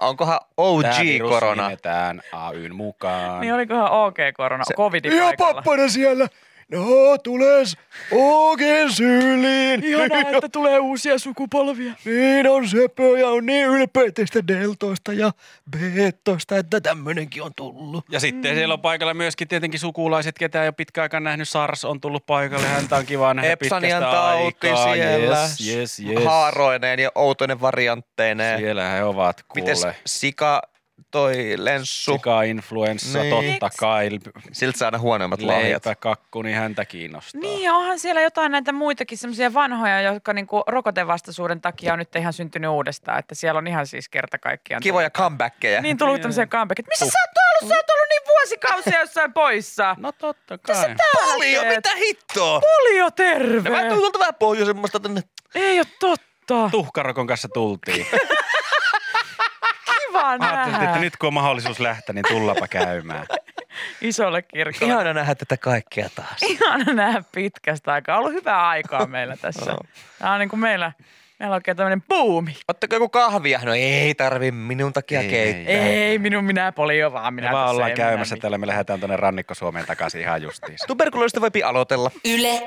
Speaker 5: Onkohan
Speaker 1: Tää virus
Speaker 5: OG-korona?
Speaker 1: nimetään AYn mukaan.
Speaker 3: Niin olikohan OK korona, se, covidin paikalla.
Speaker 5: siellä. No, tules oikein syyliin.
Speaker 3: Ihanaa, että tulee uusia sukupolvia.
Speaker 5: Niin on sepö ja on niin ylpeä teistä deltoista ja beettoista, että tämmöinenkin on tullut.
Speaker 1: Ja sitten mm. siellä on paikalla myöskin tietenkin sukulaiset, ketä ei ole pitkä aikaan nähnyt. Sars on tullut paikalle, häntä on kiva nähdä
Speaker 5: Epsanian
Speaker 1: pitkästä
Speaker 5: tauti
Speaker 1: aikaa.
Speaker 5: siellä.
Speaker 1: Yes, yes, yes.
Speaker 5: Haaroineen ja outoinen variantteineen.
Speaker 1: Siellä he ovat, kuule.
Speaker 5: Mites sika toi lenssu?
Speaker 1: Sika-influenssa,
Speaker 5: Niin.
Speaker 1: totta kai.
Speaker 5: Siltä saa aina huonoimmat lahjat.
Speaker 1: Leipäkakku, niin häntä kiinnostaa.
Speaker 3: Niin, ja onhan siellä jotain näitä muitakin semmoisia vanhoja, jotka niinku rokotevastaisuuden takia on nyt ihan syntynyt uudestaan. Että siellä on ihan siis kerta kaikkiaan.
Speaker 5: Kivoja comebackkejä.
Speaker 3: Niin tullut tämmöisiä comebackia. Missä sä oot ollut? Sä oot ollut niin vuosikausia jossain poissa.
Speaker 1: No totta
Speaker 3: Tässä
Speaker 1: kai.
Speaker 3: täällä
Speaker 5: Paljon,
Speaker 3: teet.
Speaker 5: mitä hittoa?
Speaker 3: Polio
Speaker 5: No
Speaker 3: terve.
Speaker 5: mä tuun tuolta vähän pohjoisemmasta tänne.
Speaker 3: Ei oo totta.
Speaker 1: Tuhkarokon kanssa tultiin.
Speaker 3: Kiva
Speaker 1: Mä ajattelin,
Speaker 3: nähdä
Speaker 1: että nyt kun on mahdollisuus lähteä, niin tullapa käymään.
Speaker 3: isolle kirkolle.
Speaker 5: Ihana nähdä tätä kaikkea taas.
Speaker 3: Ihana nähdä pitkästä aikaa. On ollut hyvää aikaa meillä tässä. Tämä on niin kuin meillä, meillä on oikein tämmöinen buumi.
Speaker 5: Ottakaa joku kahvia? No ei tarvi minun takia
Speaker 1: Ei,
Speaker 5: keittää.
Speaker 3: Ei minun minä polio vaan minä
Speaker 1: Me vaan
Speaker 3: tässä,
Speaker 1: ollaan
Speaker 3: ei
Speaker 1: käymässä
Speaker 3: minä niin.
Speaker 1: täällä, me lähdetään tuonne Rannikko-Suomeen takaisin ihan justiinsa.
Speaker 5: Tuberkuloista voi aloitella.
Speaker 2: Yle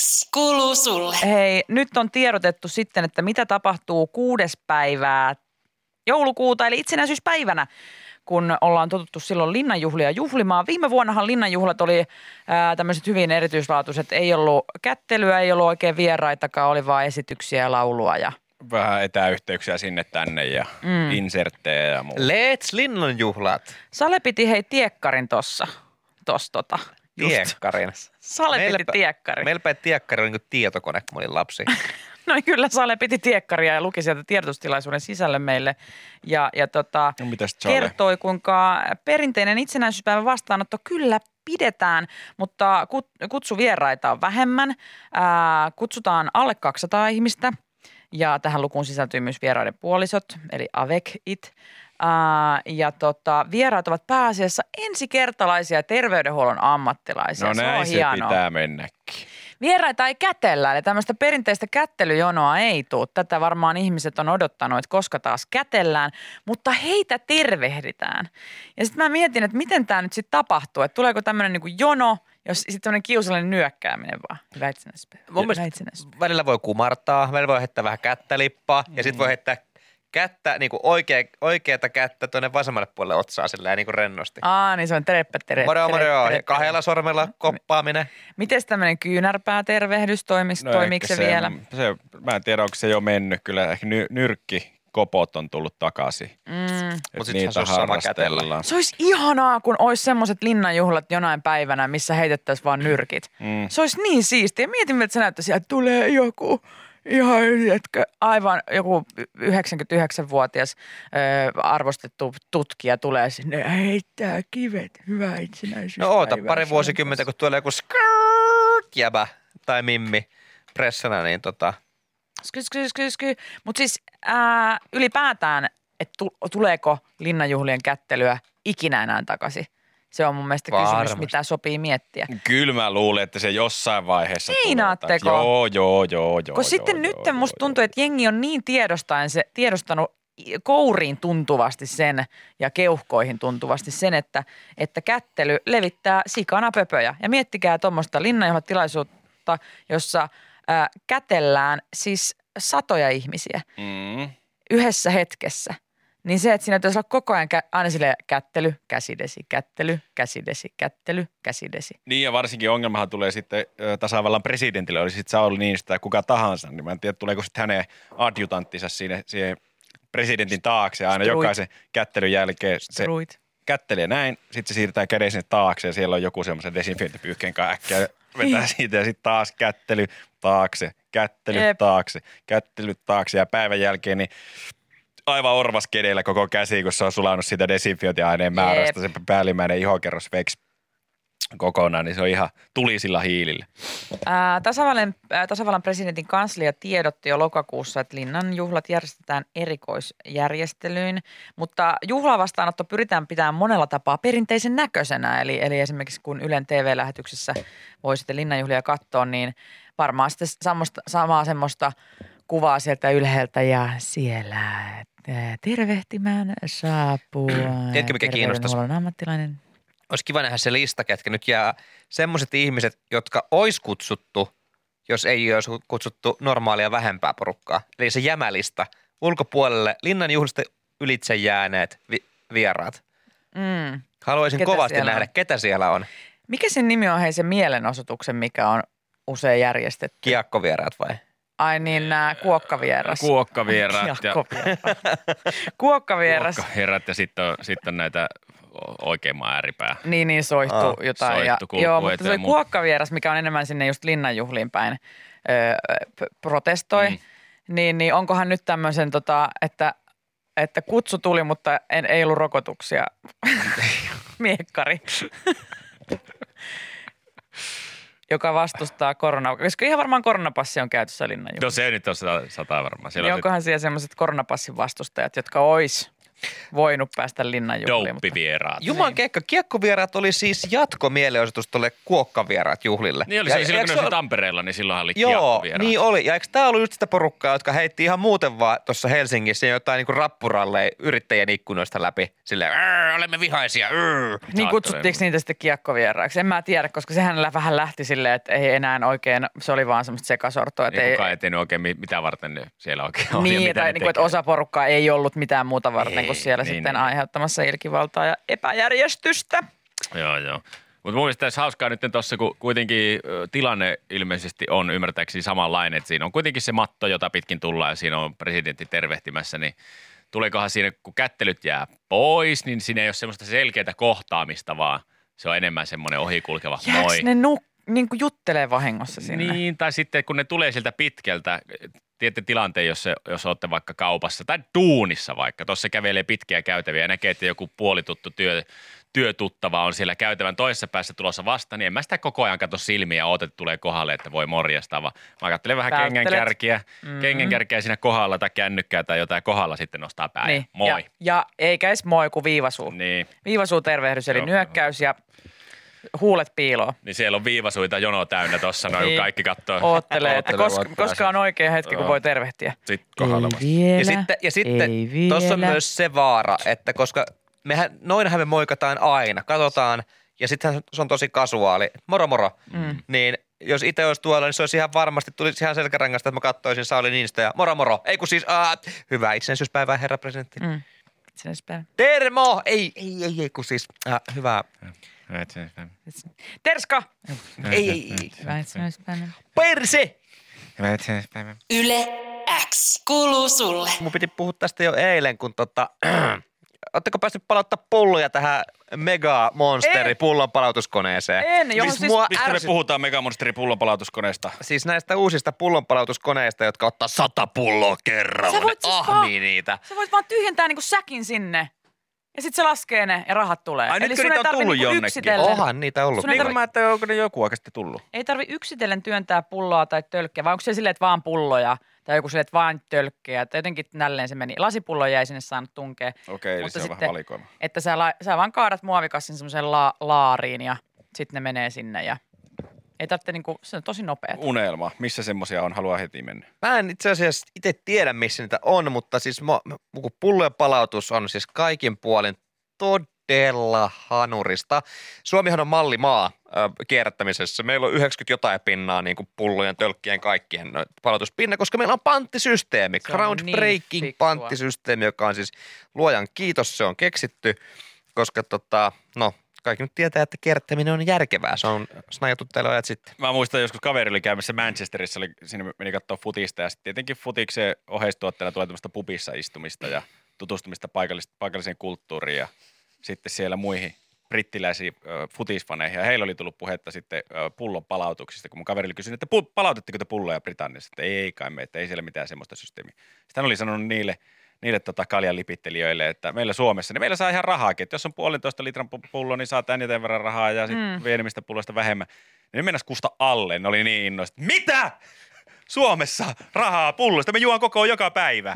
Speaker 2: X. Kuuluu sulle.
Speaker 3: mitään. Hei, nyt on tiedotettu sitten, että mitä tapahtuu kuudes päivää joulukuuta, eli itsenäisyyspäivänä, kun ollaan totuttu silloin linnanjuhlia juhlimaan. Viime vuonnahan linnanjuhlat oli ää, tämmöiset hyvin erityislaatuiset. Ei ollut kättelyä, ei ollut oikein vieraitakaan, oli vaan esityksiä ja laulua ja
Speaker 1: Vähän etäyhteyksiä sinne tänne ja
Speaker 3: Mm.
Speaker 1: mm. inserttejä ja muuta.
Speaker 5: Let's Linnanjuhlat.
Speaker 3: Sale piti hei tiekkarin tossa. Tos tota. Just.
Speaker 5: Tiekkarin.
Speaker 3: Sale piti
Speaker 5: Meilläpä-
Speaker 3: tiekkarin.
Speaker 5: Meillä päin tiekkari oli niin kuin tietokone, kun mä olin lapsi.
Speaker 3: No kyllä, Sale piti tiekkaria ja luki sieltä tiedotustilaisuuden sisälle meille. Ja, ja tota,
Speaker 1: No mitäs Charlie?
Speaker 3: kertoi, kuinka perinteinen itsenäisyyspäivän vastaanotto kyllä pidetään, mutta kut- kutsuvieraita on vähemmän. Ää, kutsutaan alle 200 ihmistä ja tähän lukuun sisältyy myös vieraiden puolisot, eli avekit. Ää, ja tota, vieraat ovat pääasiassa ensikertalaisia terveydenhuollon ammattilaisia.
Speaker 1: No
Speaker 3: se on
Speaker 1: näin se
Speaker 3: hienoa.
Speaker 1: pitää mennäkin.
Speaker 3: Vieraita ei kätellä, eli tämmöistä perinteistä kättelyjonoa ei tule. Tätä varmaan ihmiset on odottanut, että koska taas kätellään, mutta heitä tervehditään. Ja sitten mä mietin, että miten tämä nyt sitten tapahtuu, että tuleeko tämmöinen niinku jono, jos sitten tämmöinen kiusallinen nyökkääminen vaan. Hyvä itsenäisyyspäivä.
Speaker 5: Mun mielestä-
Speaker 3: Hyvä itsenäisyyspäivä.
Speaker 5: Välillä voi kumartaa, välillä voi heittää vähän kättä lippaa ja sitten voi heittää kättä, niin kuin oikea, oikeata kättä tuonne vasemmalle puolelle otsaa sillä niin kuin rennosti.
Speaker 3: Aa, niin se on tereppä, tereppä.
Speaker 5: Moro, moro,
Speaker 3: tereppä.
Speaker 5: kahdella sormella koppaaminen.
Speaker 3: Miten tämmöinen kyynärpäätervehdys, toimiks, no, toimiks
Speaker 1: ehkä
Speaker 3: se, vielä?
Speaker 1: Se, mä en tiedä, onko se jo mennyt. Kyllä ehkä ny, nyrkki kopot on tullut takaisin.
Speaker 3: Mm.
Speaker 5: Mut
Speaker 1: Mut
Speaker 5: sittenhän se
Speaker 1: niitä
Speaker 5: olisi sama
Speaker 1: harrastellaan.
Speaker 3: Se olisi ihanaa, kun olisi semmoiset linnanjuhlat jonain päivänä, missä heitettäisiin vaan nyrkit.
Speaker 1: Mm.
Speaker 3: Se olisi niin siistiä. Mietimme, että se näyttäisi, että tulee joku ihan jätkä, aivan joku 99-vuotias ö, arvostettu tutkija tulee sinne ja heittää kivet. Hyvä itsenäisyys.
Speaker 5: No oota pari vuosikymmentä, kun tulee joku skrrt jäbä tai mimmi pressana, niin tota,
Speaker 3: Mutta siis ää, ylipäätään, että tu- tuleeko linnanjuhlien kättelyä ikinä enää takaisin. Se on mun mielestä kysymys,
Speaker 5: Varmasti.
Speaker 3: mitä sopii miettiä.
Speaker 1: Kyllä mä luulen, että se jossain vaiheessa
Speaker 3: Meinaatteko?
Speaker 1: tulee. Joo, joo, joo, joo.
Speaker 3: Kun sitten
Speaker 1: joo,
Speaker 3: nyt
Speaker 1: joo,
Speaker 3: musta
Speaker 1: joo,
Speaker 3: tuntuu, että jengi on niin tiedostaen se, tiedostanut i- kouriin tuntuvasti sen ja keuhkoihin tuntuvasti sen, että, että kättely levittää sikana pöpöjä. Ja miettikää tuommoista linnanjuhlatilaisuutta, jossa ää, kätellään siis satoja ihmisiä
Speaker 1: Mm.
Speaker 3: yhdessä hetkessä. Niin se, että siinä pitäisi olla koko ajan kä- aina sille kättely, käsidesi, kättely, käsidesi, kättely, käsidesi.
Speaker 1: Niin ja varsinkin ongelmahan tulee sitten ö, tasavallan presidentille, oli sitten Sauli Niinistö tai kuka tahansa, niin mä en tiedä tuleeko sitten hänen adjutanttinsa siinä, siihen presidentin taakse aina
Speaker 3: Struit.
Speaker 1: jokaisen kättelyn jälkeen. Se
Speaker 3: Struit.
Speaker 1: kättelee näin, sitten se siirtää käden sinne taakse ja siellä on joku semmoisen desinfiointipyyhkeen kanssa äkkiä vetää siitä ja sitten taas kättely taakse, kättely
Speaker 3: Jep.
Speaker 1: taakse, kättely taakse ja päivän jälkeen niin aivan orvaskedeillä koko käsi, kun se on sulanut sitä desinfiointiaineen määrästä, se päällimmäinen ihokerros veks kokonaan, niin se on ihan tulisilla hiilillä.
Speaker 3: Ää, Tasavallan, ää, tasavallan presidentin kanslia tiedotti jo lokakuussa, että linnan juhlat järjestetään erikoisjärjestelyin, mutta juhlavastaanotto pyritään pitämään monella tapaa perinteisen näköisenä. Eli, eli esimerkiksi kun Ylen TV-lähetyksessä voi sitten linnanjuhlia katsoa, niin varmaan sitten samosta, samaa semmoista kuvaa sieltä ylhäältä ja siellä ää, tervehtimään saapuu. ää,
Speaker 5: Tiedätkö, mikä kiinnostaisi?
Speaker 3: terveydenhuollon ammattilainen.
Speaker 5: olisi kiva nähdä se lista, ketkä nyt jää semmoiset ihmiset, jotka olisi kutsuttu, jos ei olisi kutsuttu normaalia vähempää porukkaa. Eli se jämälista ulkopuolelle linnan juhlista ylitse jääneet vi- vieraat.
Speaker 3: Mm.
Speaker 5: Haluaisin
Speaker 3: Ketä
Speaker 5: ketä kovasti
Speaker 3: siellä
Speaker 5: nähdä,
Speaker 3: on?
Speaker 5: ketä siellä on.
Speaker 3: Mikä sen nimi on hei se mielenosoituksen, mikä on usein järjestetty?
Speaker 5: Kiekkovieraat vai?
Speaker 3: Ai niin, nämä kuokkavieras.
Speaker 4: Kuokkavieraat ja
Speaker 3: Kiekkovieras. Kuokkavieras.
Speaker 4: kuokkaherrat ja sitten on, sit on näitä o- oikeimman ääripää.
Speaker 3: Niin, niin soihtu
Speaker 5: Aa,
Speaker 3: jotain.
Speaker 4: Ah, soihtu
Speaker 3: ja,
Speaker 4: kulkuu
Speaker 3: joo, mutta
Speaker 4: eteen
Speaker 3: se oli
Speaker 4: ja muuta.
Speaker 3: kuokkavieras, mikä on enemmän sinne just linnanjuhliin päin öö, p- protestoi. Mm.
Speaker 4: Mm.
Speaker 3: Niin, niin onkohan nyt tämmöisen, tota, että, että kutsu tuli, mutta en, ei ollut rokotuksia. Miekkari. joka vastustaa koronaa. Koska ihan varmaan koronapassi on käytössä linnanjuhlissa.
Speaker 4: No se nyt on sata, sata varmaan. Siellä
Speaker 3: Niin
Speaker 4: on se-
Speaker 3: onkohan siellä semmoiset koronapassin vastustajat, jotka ois voinut päästä linnanjuhliin. Mutta...
Speaker 4: Douppivieraat.
Speaker 5: Juman keikka, kiekkovieraat oli siis jatkomielenosoitus tuolle kuokkavieraat juhlille.
Speaker 4: Niin oli
Speaker 5: Ja-
Speaker 4: se silloin,
Speaker 5: eikö
Speaker 4: kun
Speaker 5: se
Speaker 4: ne oli
Speaker 5: ole-
Speaker 4: Tampereella, niin silloinhan oli
Speaker 5: Joo,
Speaker 4: kiekkovieraat.
Speaker 5: niin oli. Ja eikö tämä ollut just sitä porukkaa, jotka heitti ihan muuten vaan tuossa Helsingissä jotain niinku rappuralleja yrittäjien ikkunoista läpi. Silleen, "Arr, olemme vihaisia. Arr.
Speaker 3: Niin kutsuttiinko niitä sitten kiekkovieraiksi? En mä tiedä, koska sehän vähän lähti silleen, että ei enää oikein, se oli vaan semmoista sekasortoa. Että
Speaker 4: Niin
Speaker 3: ei,
Speaker 4: kukaan ei tiennyt oikein, mi- mitä varten ne siellä oikein on ja
Speaker 3: Niin,
Speaker 4: mitä
Speaker 3: tai
Speaker 4: ne
Speaker 3: niin
Speaker 5: niinku,
Speaker 3: kuin, että
Speaker 4: tekee.
Speaker 3: osa porukkaa ei ollut mitään muuta varten ei, kuin siellä
Speaker 4: niin,
Speaker 3: niin, sitten
Speaker 4: niin.
Speaker 3: niin. aiheuttamassa ilkivaltaa ja epäjärjestystä.
Speaker 4: Joo, joo. Mutta mun mielestä tässä hauskaa nyt tuossa, kun kuitenkin ö, tilanne ilmeisesti on ymmärtääkseni samanlainen, että siinä on kuitenkin se matto, jota pitkin tullaan ja siinä on presidentti tervehtimässä, niin tuleekohan siinä, kun kättelyt jää pois, niin siinä ei ole semmoista selkeää kohtaamista, vaan se on enemmän semmoinen ohikulkeva
Speaker 3: Jääks
Speaker 4: Ah, moi.
Speaker 3: ne nuk, niin kuin juttelee vahingossa sinne?
Speaker 4: Niin, tai sitten kun ne tulee sieltä pitkältä, tiedätte tilanteen, jos, se, jos olette vaikka kaupassa tai duunissa vaikka, tuossa kävelee pitkiä käytäviä ja näkee, että joku puolituttu työ, työtuttava on siellä käytävän toisessa päässä tulossa vasta, niin en mä sitä koko ajan katso silmiä ja oota, että tulee kohdalle, että voi morjastaa, vaan mä katselen vähän
Speaker 3: Välttelet.
Speaker 4: kengenkärkiä,
Speaker 3: Mm.
Speaker 4: mm-hmm. kengenkärkiä siinä kohdalla tai kännykkää tai jotain kohdalla sitten nostaa pää. Niin.
Speaker 3: Ja,
Speaker 4: Moi.
Speaker 3: ja eikä edes moi, kun viivasuu. Niin.
Speaker 4: Niin.
Speaker 3: Viivasuu tervehdys, eli
Speaker 4: Joo.
Speaker 3: nyökkäys ja huulet piiloon.
Speaker 4: niin siellä on viivasuita jono täynnä tuossa noin, kun
Speaker 3: Niin.
Speaker 4: kaikki katsoo
Speaker 3: Oottelee, että
Speaker 5: Oottelee,
Speaker 3: koska,
Speaker 5: oottelee.
Speaker 3: koska on oikea hetki, kun voi tervehtiä.
Speaker 4: sit kohdalla vasta.
Speaker 3: vielä,
Speaker 5: Ja sitten, ja sitten
Speaker 3: ei
Speaker 5: tuossa on
Speaker 3: vielä.
Speaker 5: myös se vaara, että koska mehän, noinhan me moikataan aina, katsotaan, ja sittenhän se on tosi kasuaali, moro moro, mm. niin jos itse olisi tuolla, niin se olisi ihan varmasti, tulisi ihan selkärangasta, että mä katsoisin Sauli Niinistä ja moro moro, ei kun siis, aa, hyvää itsenäisyyspäivää herra presidentti. Mm.
Speaker 3: Mm. Itsenäispäivä.
Speaker 5: Termo, ei, ei, ei, ei kun siis, aa, hyvää,
Speaker 3: Terska!
Speaker 5: ei, ei, ei,
Speaker 3: Hyvä itsenäispäivä.
Speaker 5: perse!
Speaker 2: Yle X kuuluu sulle.
Speaker 5: Mun piti puhua tästä jo eilen, kun tota, Oletteko päässyt palauttaa pulloja tähän Mega Monsteri
Speaker 3: En.
Speaker 5: pullon palautuskoneeseen?
Speaker 3: En, johon
Speaker 1: Mis-
Speaker 3: siis...
Speaker 5: mua
Speaker 1: Mistä me puhutaan Megamonsterin pullonpalautuskoneesta?
Speaker 5: siis näistä uusista pullonpalautuskoneista, jotka ottaa sata pulloa kerralla.
Speaker 3: Sä voit
Speaker 5: ne
Speaker 3: siis
Speaker 5: ahmii niitä.
Speaker 3: Sä voit vaan tyhjentää niinku säkin sinne. Ja sit se laskee ne ja rahat tulee.
Speaker 1: Ai, nytkö
Speaker 3: sun ei
Speaker 1: niitä on
Speaker 3: tarvi
Speaker 1: tullut
Speaker 3: niinku
Speaker 1: jonnekin?
Speaker 3: yksitellen-
Speaker 5: Onhan niitä ollut.
Speaker 3: Sun ei
Speaker 1: Niin
Speaker 5: Niin,
Speaker 1: kuin mä ajattelin, onko ne joku oikeasti tullut.
Speaker 3: Ei tarvi yksitellen työntää pulloa tai tölkkiä, vai onko se silleen, että vaan pulloja tai joku silleen, että vaan tölkkiä. Että jotenkin nälleen se meni. Lasipullo jäi sinne saanut tunkea.
Speaker 1: Okei, eli
Speaker 3: Mutta
Speaker 1: se on vähän
Speaker 3: sitten-
Speaker 1: valikoima.
Speaker 3: Että sä, la- sä vaan kaadat muovikassin semmoiseen la- laariin ja sitten ne menee sinne ja ei tarvitse niinku, se on tosi nopea.
Speaker 1: Unelma. Missä semmoisia on? Haluaa heti mennä.
Speaker 5: Mä en itse asiassa itse tiedä, missä niitä on, mutta siis mä, mä- kun pullojen palautus on siis kaikin puolin todella hanurista. Suomihan on mallimaa ö, kierrättämisessä. Meillä on 90 jotain pinnaa niin kuin pullojen, tölkkien, kaikkien no, palautuspinna, koska meillä on panttisysteemi,
Speaker 3: Se on
Speaker 5: groundbreaking
Speaker 3: niin fiksua.
Speaker 5: panttisysteemi, joka on siis luojan kiitos, se on keksitty, koska tota, no, kaikki nyt tietää, että kierrättäminen on järkevää. Se on snajattu täällä ajat sitten.
Speaker 1: Mä muistan joskus kaveri oli käymässä Manchesterissa, oli, sinne meni katsoa futista ja sitten tietenkin futiksen oheistuotteena tulee tämmöistä pubissa istumista ja tutustumista paikallis- paikalliseen kulttuuriin ja sitten siellä muihin brittiläisiin ö, futisfaneihin ja heillä oli tullut puhetta sitten ö, pullon palautuksista, kun mun kaveri oli kysynyt, että pu- palautitteko te pulloja Britanniassa, että ei kai me, että ei siellä mitään semmoista systeemiä. Sitten hän oli sanonut niille, niille tota kaljan lipittelijöille, että meillä Suomessa, niin meillä saa ihan rahaakin, että jos on puolentoista litran pu- pullo, niin saa tän ja tän verran rahaa ja sitten
Speaker 3: Mm.
Speaker 1: mm. pienemmistä pulloista vähemmän. Ja ne mennäs kusta alle, ne oli niin innoista. Mitä? Suomessa rahaa pullosta, me juon koko joka päivä.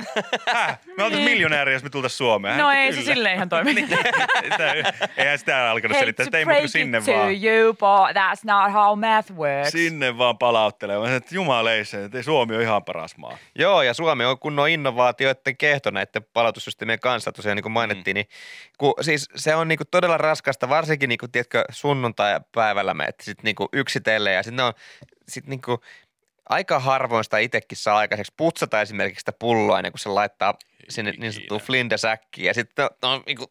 Speaker 1: Häh? Me oltais miljonääriä, jos me tultais Suomeen.
Speaker 3: Niin. No
Speaker 1: Hän,
Speaker 3: ei
Speaker 1: "Kyllä." Niin.
Speaker 3: se silleen ihan toimi.
Speaker 1: Sitä- Eihän sitä alkanut
Speaker 3: Hate
Speaker 1: selittää,
Speaker 3: to
Speaker 1: että ei muuta
Speaker 3: break
Speaker 1: kuin sinne
Speaker 3: it to
Speaker 1: vaan.
Speaker 3: you, but that's not how math works.
Speaker 1: Sinne vaan palauttelee. Mä sanoin, että jumaleisen, että ei Suomi on ihan paras maa.
Speaker 5: Joo, ja Suomi on kunnon innovaatioiden kehto näiden palautussysteemien kanssa, tosiaan niin kuin mainittiin, mm. niin kun, siis se on niin kuin todella raskasta, varsinkin niin kuin, tiedätkö, sunnuntai-päivällä menet sit niin kuin yksitellen ja sitten on sit niin kuin, aika harvoin sitä itsekin saa aikaiseksi putsata esimerkiksi sitä pulloa ennen kuin se laittaa sinne niin sanottuun flindesäkkiin ja sitten on, on niin kuin,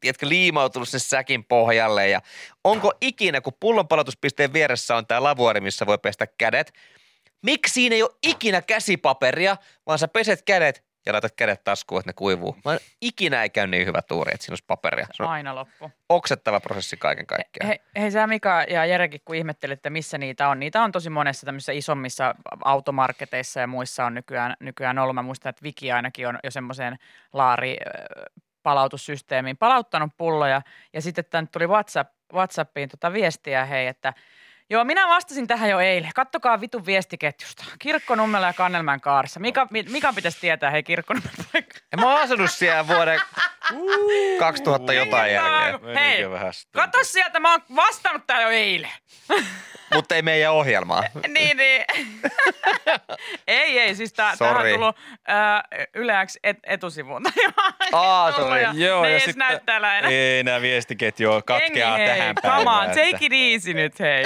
Speaker 5: tiedätkö, liimautunut sinne säkin pohjalle ja onko ikinä, kun pullonpalautuspisteen vieressä on tämä lavuori, missä voi pestä kädet, miksi siinä ei ole ikinä käsipaperia, vaan sä peset kädet ja laitat kädet taskuun, että ne kuivuu. Mä en- ikinä ei käy niin hyvä tuuri, että siinä olisi paperia. Se on
Speaker 3: Aina loppu.
Speaker 5: oksettava prosessi kaiken kaikkiaan.
Speaker 3: He, hei sä Mika ja Jerekin, kun ihmettelitte, missä niitä on. Niitä on tosi monessa tämmöisissä isommissa automarketeissa ja muissa on nykyään, nykyään ollut. Mä muistan, että Viki ainakin on jo semmoiseen laari ö, palautussysteemiin palauttanut pulloja. Ja sitten tänne tuli WhatsApp, WhatsAppiin tota viestiä, hei, että Joo, minä vastasin tähän jo eilen. Kattokaa vitun viestiketjusta. Kirkkonummella ja Kannelmän kaarissa. Mikä, mi- mikä pitäisi tietää, hei Kirkkonummen paikka?
Speaker 5: En mä oon asunut siellä vuoden 2000
Speaker 3: Niin,
Speaker 5: jotain
Speaker 3: Ei,
Speaker 5: jälkeen.
Speaker 3: aivan. Hei,
Speaker 4: Menikin vähän sitten.
Speaker 3: kato sieltä, mä oon vastannut tähän jo eilen.
Speaker 5: Mutta ei meidän ohjelmaa.
Speaker 3: niin, niin. ei, ei, siis tää, tähän on
Speaker 5: Sori.
Speaker 3: tullut äh, yleäksi et, etusivuun.
Speaker 5: Aa, sori.
Speaker 3: Joo, ja sitten... näy täällä enää.
Speaker 4: Ei enää viestiketjua katkeaa
Speaker 3: Jengi,
Speaker 4: tähän
Speaker 3: hei,
Speaker 4: päivään.
Speaker 3: niin, Come on,
Speaker 4: että-
Speaker 3: take it easy nyt, hei.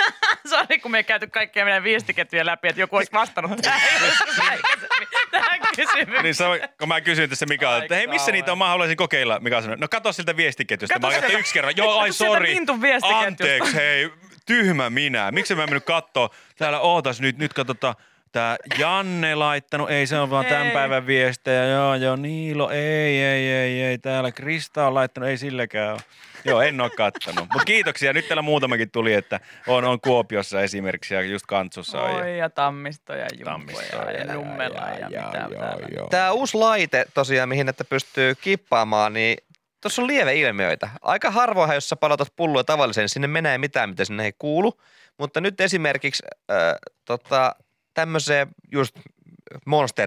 Speaker 3: Sori, kun me ei käyty kaikkia meidän viestiketjuja läpi, että joku olisi vastannut tähän, joskus aikaisemmin tähän kysymykseen.
Speaker 4: Niin sama, kun mä kysyin tässä Mikaelta, että hei missä niitä on, mä haluaisin kokeilla. Mika sanoi, no kato siltä viestiketjusta.
Speaker 3: Kato
Speaker 4: mä oon
Speaker 3: sieltä.
Speaker 4: yksi kerran, joo ai
Speaker 3: Kato sieltä
Speaker 4: sori,
Speaker 3: Mintun viestiketjusta.
Speaker 4: anteeksi, hei, tyhmä minä. Miksi mä en mennyt kattoo, täällä ootas nyt, nyt katsotaan. Tää Janne laittanut, ei se on vaan tämän
Speaker 3: Ei.
Speaker 4: päivän viestejä, joo joo Niilo, ei ei ei ei, täällä Krista on laittanut, ei silläkään ole. Joo, en ole kattanut. Mutta kiitoksia, nyt täällä muutamakin tuli, että on, on Kuopiossa esimerkiksi ja just Kantsussa on. ja-
Speaker 3: Oi, ja tammisto ja
Speaker 4: Tammisto
Speaker 3: jumpoja ja,
Speaker 4: ja-
Speaker 3: nummela ja,
Speaker 4: ja-
Speaker 3: mitä
Speaker 4: joo,
Speaker 3: täällä.
Speaker 4: joo.
Speaker 5: Tämä uusi laite tosiaan, mihin että pystyy kippaamaan, niin tuossa on lieveilmiöitä. Aika harvoinhan, jos sä palautat pulloa tavalliseen, niin sinne menee mitään, mitä sinne ei kuulu. Mutta nyt esimerkiksi äh, tota, tämmöiseen just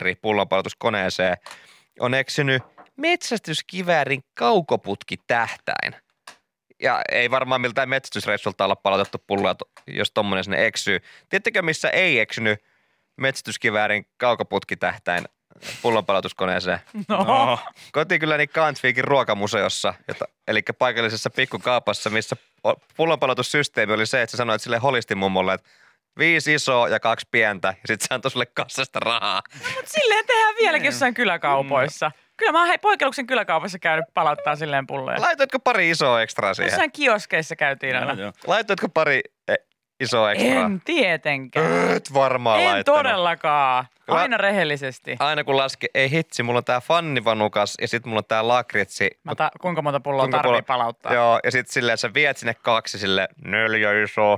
Speaker 5: monsteri-pullonpalautuskoneeseen on eksynyt metsästyskiväärin kaukoputkitähtäin. Ja ei varmaan miltään metsästysreissulta olla palautettu pulloa, to- jos tommonen sinne eksyy. Tiedättekö, missä ei eksynyt metsästyskiväärin kaukoputkitähtäin pullonpalautuskoneeseen?
Speaker 3: No.
Speaker 4: No.
Speaker 5: Kotikyläni Kantsviikin ruokamuseossa, jota, eli paikallisessa pikkukaupassa, missä o- pullonpalautussysteemi oli se, että sä sanoit sille holistin mummolle, että viisi isoa ja kaksi pientä, ja sitten se antoi sulle kassasta rahaa.
Speaker 3: Mut silleen tehdään
Speaker 4: Niin.
Speaker 3: vieläkin jossain kyläkaupoissa.
Speaker 4: Mm.
Speaker 3: Kyllä mä oon hei, poikeluksen kyläkaupassa käynyt palauttaa silleen pulleja.
Speaker 5: Laitoitko pari isoa ekstraa siihen?
Speaker 3: Jossain kioskeissa käytiin aina.
Speaker 4: Joo, joo.
Speaker 5: Laitoitko pari e, isoa ekstraa?
Speaker 3: En tietenkään.
Speaker 5: Et varmaan
Speaker 3: En
Speaker 5: laittanut.
Speaker 3: todellakaan.
Speaker 5: Kyllä-
Speaker 3: Aina rehellisesti.
Speaker 5: Aina kun laske, ei hitsi, mulla on tää fannivanukas ja sitten mulla on tää lakritsi.
Speaker 3: Mä ta- kuinka monta pulloa
Speaker 5: Kuinka
Speaker 3: tarvii
Speaker 5: paljon-
Speaker 3: palauttaa?
Speaker 5: Joo, ja sitten silleen sä viet sinne kaksi sille neljä iso.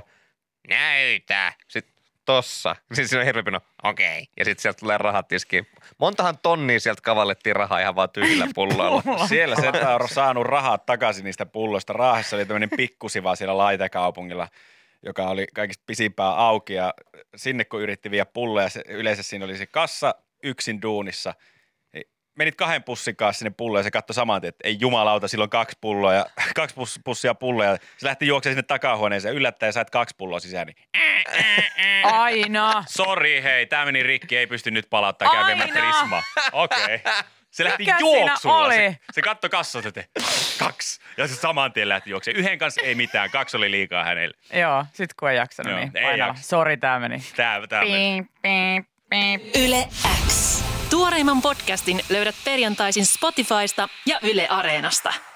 Speaker 5: Näytä. Sitten tossa. Sitten siinä on hirveä pino. Okei. Okay. Ja sitten sieltä tulee rahat tiskiin. Montahan tonnia sieltä kavallettiin rahaa ihan vaan tyhjillä pulloilla.
Speaker 4: Siellä se on saanut rahat takaisin niistä pulloista. Raahessa oli tämmöinen pikkusiva siellä laitakaupungilla, joka oli kaikista pisimpää auki ja sinne kun yritti viedä pulloja, se, yleensä siinä oli se kassa yksin duunissa. Niin Menit kahden pussin kanssa sinne pulloon ja se katsoi saman tien, että ei jumalauta, silloin kaksi pulloa ja kaksi pus- pussia pulloja. Se lähti juoksemaan sinne takahuoneeseen ja yllättäen sait kaksi pulloa sisään. Niin,
Speaker 3: Aina.
Speaker 4: sori hei, tämä meni rikki, ei pysty nyt palauttaa käymään
Speaker 3: Aina.
Speaker 4: Prisma. Okei. Okay. Se lähti
Speaker 3: Mikä siinä
Speaker 4: juoksulla.
Speaker 3: oli?
Speaker 4: Se, se katsoi kassasta, että kaksi. Ja se saman tien lähti juoksemaan. Yhden kanssa ei mitään, kaksi oli liikaa hänelle.
Speaker 3: Joo, sit kun ei jaksanut,
Speaker 4: Joo,
Speaker 3: niin
Speaker 4: ei
Speaker 3: painaa.
Speaker 4: jaksa.
Speaker 3: Sori, tää meni.
Speaker 4: Tää, tää meni.
Speaker 3: Piip, piip, piip.
Speaker 7: Yle X. Tuoreimman podcastin löydät perjantaisin Spotifysta ja Yle Areenasta.